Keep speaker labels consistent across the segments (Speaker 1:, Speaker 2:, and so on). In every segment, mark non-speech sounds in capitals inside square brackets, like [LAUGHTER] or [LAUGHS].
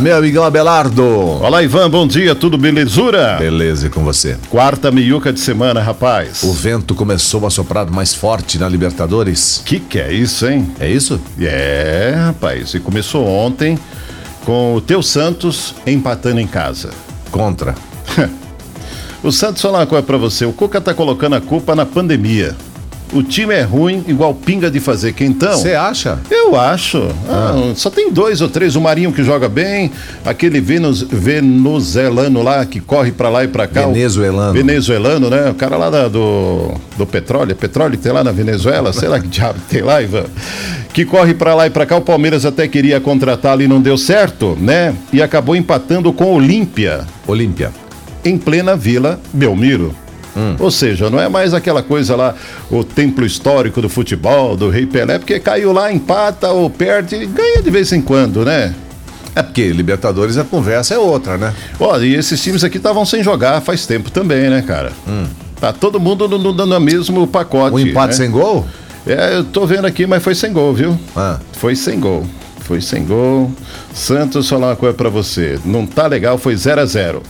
Speaker 1: Meu amigão Abelardo.
Speaker 2: Olá, Ivan, bom dia, tudo belezura? É
Speaker 1: Beleza e com você.
Speaker 2: Quarta miuca de semana, rapaz.
Speaker 1: O vento começou a soprar mais forte na Libertadores.
Speaker 2: Que que é isso, hein?
Speaker 1: É isso?
Speaker 2: É, rapaz, e começou ontem com o teu Santos empatando em casa.
Speaker 1: Contra.
Speaker 2: O Santos, falar uma coisa pra você, o Cuca tá colocando a culpa na pandemia. O time é ruim, igual pinga de fazer quentão.
Speaker 1: Você acha?
Speaker 2: Eu acho. Ah, Só tem dois ou três. O Marinho que joga bem, aquele Venus, venezuelano lá que corre pra lá e pra cá. o-
Speaker 1: Venezuelano.
Speaker 2: Venezuelano, né? O cara lá da- do, do petróleo. é Petróleo que tem lá na Venezuela? Sei lá que diabo que tem lá, Ivan. Que corre pra lá e pra cá. O Palmeiras até queria contratá-lo e não deu certo, né? E acabou empatando com o Olímpia
Speaker 1: Olímpia.
Speaker 2: em plena Vila Belmiro. Ou seja, não é mais aquela coisa lá, o templo histórico do futebol, do Rei Pelé, porque caiu lá, empata ou perde, ganha de vez em quando, né?
Speaker 1: É porque Libertadores a conversa é outra, né?
Speaker 2: Olha, e esses times aqui estavam sem jogar faz tempo também, né, cara? Tá todo mundo no, no, no mesmo pacote.
Speaker 1: Hum. Um empate
Speaker 2: né?
Speaker 1: sem gol?
Speaker 2: É, eu tô vendo aqui, mas foi sem gol, viu?
Speaker 1: Ah.
Speaker 2: Foi sem gol. Foi sem gol. Santos, falar uma coisa pra você. Não tá legal, foi 0 a 0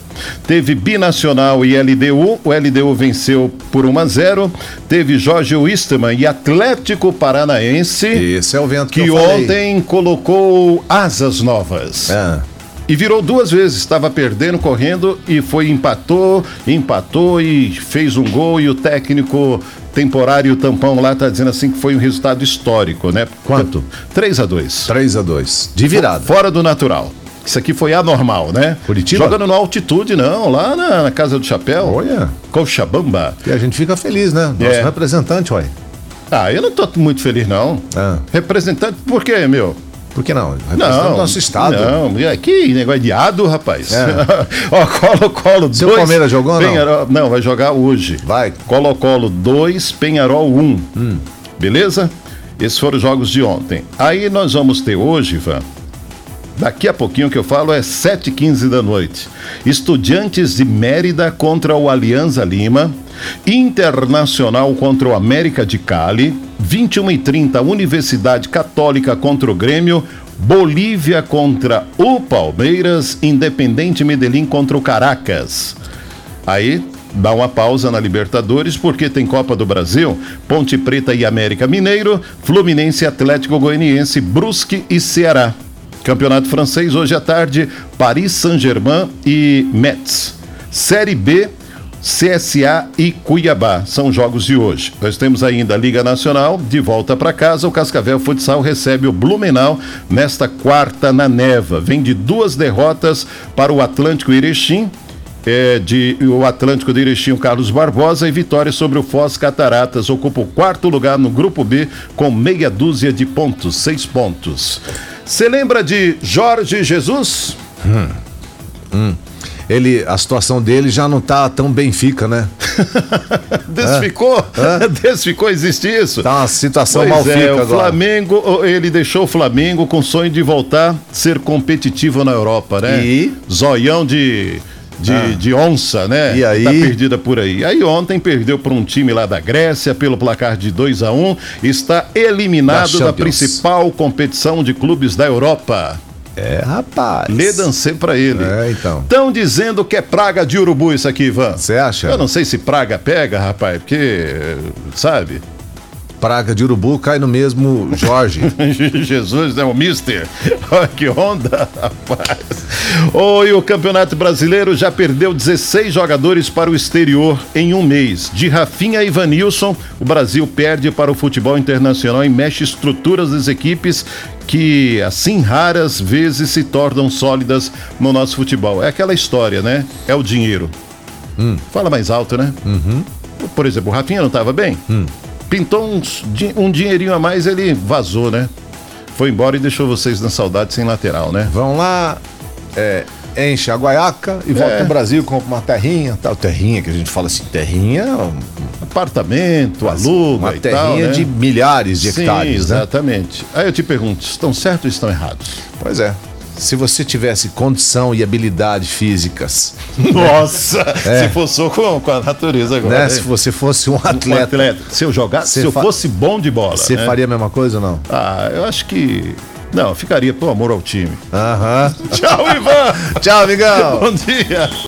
Speaker 2: Teve Binacional e LDU. O LDU venceu por 1 a 0 Teve Jorge Wisterman e Atlético Paranaense,
Speaker 1: Esse é o vento que,
Speaker 2: que
Speaker 1: eu falei.
Speaker 2: ontem colocou asas novas.
Speaker 1: Ah,
Speaker 2: E virou duas vezes, estava perdendo, correndo e foi empatou, empatou e fez um gol e o técnico temporário tampão lá tá dizendo assim que foi um resultado histórico, né?
Speaker 1: Quanto?
Speaker 2: 3 a 2.
Speaker 1: 3 a 2 De virada.
Speaker 2: Fora do natural. Isso aqui foi anormal, né?
Speaker 1: Curitiba?
Speaker 2: Jogando no altitude não, lá na, na casa do chapéu.
Speaker 1: Olha.
Speaker 2: Cochabamba.
Speaker 1: E a gente fica feliz, né? Nosso
Speaker 2: É.
Speaker 1: representante, olha.
Speaker 2: Ah, eu não tô muito feliz não.
Speaker 1: Ah.
Speaker 2: Representante, por quê, meu?
Speaker 1: Por que não? Representante
Speaker 2: Não,
Speaker 1: do nosso estado.
Speaker 2: Não, e aqui negócio de ado, rapaz.
Speaker 1: É.
Speaker 2: [LAUGHS] Ó, Colo-Colo 2.
Speaker 1: Seu Palmeiras jogou ou não?
Speaker 2: Penharol, não? vai jogar hoje.
Speaker 1: Vai.
Speaker 2: Colo-Colo 2, Penharol 1. Beleza? Esses foram os jogos de ontem. Aí nós vamos ter hoje, Ivan. Daqui a pouquinho que eu falo é 7h15 da noite. Estudiantes de Mérida contra o Alianza Lima. Internacional contra o América de Cali. 21h30, Universidade Católica contra o Grêmio. Bolívia contra o Palmeiras. Independente Medellín contra o Caracas. Aí dá uma pausa na Libertadores, porque tem Copa do Brasil, Ponte Preta e América Mineiro, Fluminense, Atlético Goianiense, Brusque e Ceará. Campeonato francês hoje à tarde, Paris Saint-Germain e Metz. Série B, CSA e Cuiabá são jogos de hoje. Nós temos ainda a Liga Nacional de volta para casa. O Cascavel Futsal recebe o Blumenau nesta quarta na Neva. Vem de duas derrotas para o Atlântico Erechim é, de o Atlântico de Erechim, o Carlos Barbosa e vitória sobre o Foz Cataratas. Ocupa o quarto lugar no grupo B com meia dúzia de pontos, seis pontos. Você lembra de Jorge Jesus?
Speaker 1: Ele, a situação dele já não tá tão bem fica, né?
Speaker 2: Desficou? [LAUGHS] Desficou, existe isso?
Speaker 1: Tá uma situação
Speaker 2: Pois
Speaker 1: mal
Speaker 2: é,
Speaker 1: fica
Speaker 2: o
Speaker 1: agora.
Speaker 2: Flamengo, oh, ele deixou o Flamengo com sonho de voltar a ser competitivo na Europa, né?
Speaker 1: E? Ah.
Speaker 2: Zoião de, de, de onça, né?
Speaker 1: E aí?
Speaker 2: Tá perdida por aí. Aí ontem perdeu por um time lá da Grécia, pelo placar de 2 a 1 um, está eliminado
Speaker 1: Da
Speaker 2: da,
Speaker 1: Champions.
Speaker 2: principal competição de clubes da Europa.
Speaker 1: É, rapaz.
Speaker 2: Lê dancê pra ele.
Speaker 1: É, então.
Speaker 2: Tão dizendo que é praga de urubu isso aqui, Ivan.
Speaker 1: Você acha?
Speaker 2: Eu não sei se praga pega, rapaz, porque, sabe...
Speaker 1: Praga de urubu cai no mesmo
Speaker 2: [LAUGHS]
Speaker 1: Jorge.
Speaker 2: Jesus é o mister. [LAUGHS] Olha que onda, rapaz. Oi, o Campeonato Brasileiro já perdeu 16 jogadores para o exterior em um mês. De Rafinha a Ivanilson, o Brasil perde para o futebol internacional e mexe estruturas das equipes que, assim, raras vezes se tornam sólidas no nosso futebol. É aquela história, né? É o dinheiro. Fala mais alto, né? Por exemplo, o Rafinha não estava bem? Pintou uns di- um dinheirinho a mais, ele vazou, né? Foi embora e deixou vocês na saudade sem lateral, né?
Speaker 1: Vão lá, é, enche a guaiaca e volta
Speaker 2: É.
Speaker 1: pro Brasil, compra uma terrinha, tal. Terrinha, que a gente fala assim, terrinha, um- assim,
Speaker 2: Apartamento, aluga
Speaker 1: uma
Speaker 2: e
Speaker 1: terrinha
Speaker 2: tal, né?
Speaker 1: de milhares de
Speaker 2: Sim,
Speaker 1: hectares, né?
Speaker 2: exatamente. Aí eu te pergunto, estão certos ou
Speaker 1: [LAUGHS]
Speaker 2: estão errados?
Speaker 1: Pois é. Se você tivesse condição e habilidade físicas,
Speaker 2: Nossa! [LAUGHS] Se fosse com, com a natureza agora.
Speaker 1: É. né?
Speaker 2: hein?
Speaker 1: Se você
Speaker 2: [LAUGHS]
Speaker 1: fosse um
Speaker 2: Um
Speaker 1: atleta,
Speaker 2: atleta. Se eu jogasse,
Speaker 1: Você
Speaker 2: se eu
Speaker 1: fa-
Speaker 2: fosse bom de bola,
Speaker 1: você
Speaker 2: né?
Speaker 1: faria a mesma coisa ou não?
Speaker 2: Ah, eu acho que Não, ficaria pelo amor ao time.
Speaker 1: Aham. [LAUGHS]
Speaker 2: Tchau, Ivan.
Speaker 1: Tchau, amigão.
Speaker 2: Bom dia.